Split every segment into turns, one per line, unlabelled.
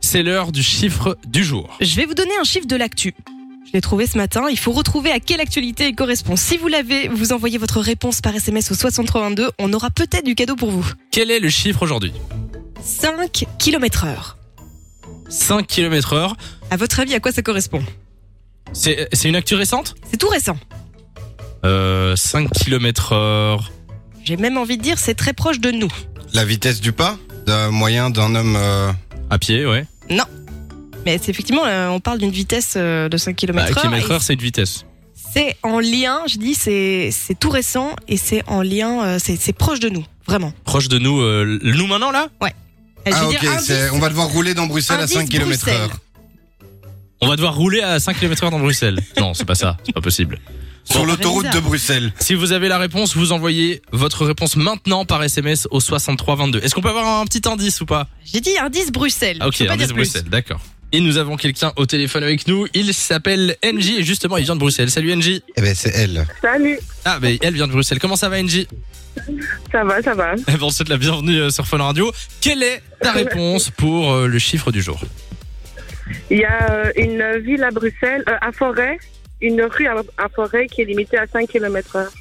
C'est l'heure du chiffre du jour.
Je vais vous donner un chiffre de l'actu. Je l'ai trouvé ce matin. Il faut retrouver à quelle actualité il correspond. Si vous l'avez, vous envoyez votre réponse par SMS au 6322. On aura peut-être du cadeau pour vous.
Quel est le chiffre aujourd'hui
5 km heure.
5 km heure.
À votre avis, à quoi ça correspond
C'est c'est une actu récente
C'est tout récent.
euh, 5 km heure.
J'ai même envie de dire, c'est très proche de nous.
La vitesse du pas d'un moyen d'un homme. euh,
À pied, ouais.
Mais c'est effectivement, euh, on parle d'une vitesse euh, de 5
Bah,
km
km
heure.
heure, c'est une vitesse.
C'est en lien, je dis, c'est c'est tout récent et c'est en lien, euh, c'est c'est proche de nous, vraiment.
Proche de nous, euh, nous maintenant là
Eh, Je
Ah
veux
ok,
dire, indice-
c'est- on va devoir rouler dans Bruxelles à
indice
5 km
Bruxelles.
heure.
On va devoir rouler à 5 km heure dans Bruxelles. non, c'est pas ça, c'est pas possible.
Sur
Bon,
l'autoroute de
bizarre.
Bruxelles.
Si vous avez la réponse, vous envoyez votre réponse maintenant par SMS au 6322. Est-ce qu'on peut avoir un petit indice ou pas
J'ai dit indice Bruxelles.
Ah, Ok,
Je peux pas
indice
dire plus.
Bruxelles, d'accord. Et nous avons quelqu'un au téléphone avec nous. Il s'appelle NJ et justement, il vient de Bruxelles. Salut NJ.
Eh ben c'est elle.
Salut,
Ah, mais elle vient de Bruxelles. Comment ça va NJ
ça va, ça va.
Eh ben, On te souhaite la bienvenue euh, sur Fun Radio. Quelle est ta réponse pour euh, le chiffre du jour
Il y a euh, une ville à Bruxelles, euh, à Forêt, une rue à, à Forêt qui est limitée à 5 km heure.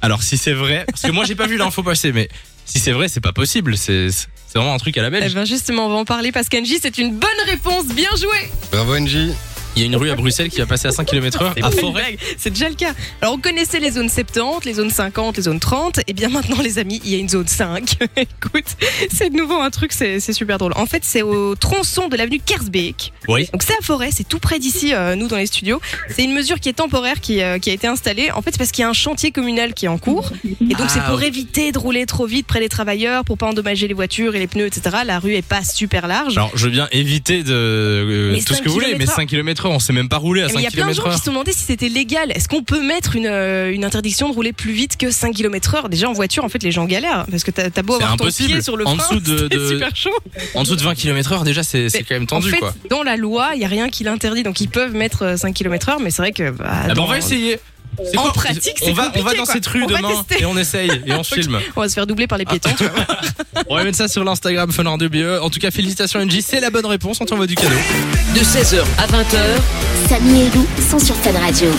Alors, si c'est vrai, parce que moi, j'ai pas vu l'info passer, mais si c'est vrai, c'est pas possible. C'est c'est vraiment un truc à la
Eh
belge.
ben justement, on va en parler parce qu'Angie, c'est une bonne réponse. Bien joué
Bravo NJ.
Il y a une rue à Bruxelles qui va passer à 5 km/h à
C'est pas une
Forêt.
blague, C'est déjà le cas. Alors, on connaissait les zones 70, les zones 50, les zones 30. Et bien maintenant, les amis, il y a une zone 5. Écoute, c'est de nouveau un truc, c'est c'est super drôle. En fait, c'est au tronçon de l'avenue Kersbeek.
Oui.
Donc, c'est à Forêt, c'est tout près d'ici, euh, nous, dans les studios. C'est une mesure qui est temporaire, qui, euh, qui a été installée. En fait, c'est parce qu'il y a un chantier communal qui est en cours. Et donc,
Ah,
c'est pour
oui.
éviter de rouler trop vite près des travailleurs, pour pas endommager les voitures et les pneus, etc. La rue est pas super large.
Alors, je veux bien éviter de euh,
Mais
tout ce
5
que vous voulez, mais
kilomètres heure.
5 km/h, on sait même pas rouler à
Eh, mais
5
Il y a plein de gens
km/h.
qui se sont demandé si c'était légal. Est-ce qu'on peut mettre une, euh, une interdiction de rouler plus vite que 5 km/h Déjà en voiture, en fait, les gens galèrent hein, parce que t'as t'as beau
C'est
avoir ton
impossible.
pied sur le
En
frein,
dessous de-
c'est
de-
super chaud.
En dessous de 20 km/h, déjà, c'est c'est
Mais
quand même tendu,
en fait,
quoi.
dans la loi, il y a rien qui l'interdit, donc ils peuvent mettre euh, 5 km/h, mais c'est vrai que. bah,
Ah bah,
dans-
on va essayer. C'est
En pratique, c'est
on va, on va
compliqué,
dans
quoi.
cette rue
On va
demain
tester.
et on essaye et on filme.
on va se faire doubler par les
Ah.
piétons. tu vois.
On va mettre ça sur l'Instagram Fun Radio BE. En tout cas, félicitations NJ, c'est la bonne réponse. On t'envoie du cadeau.
de 16h à 20h.
Samy et Lou sont sur Fun Radio.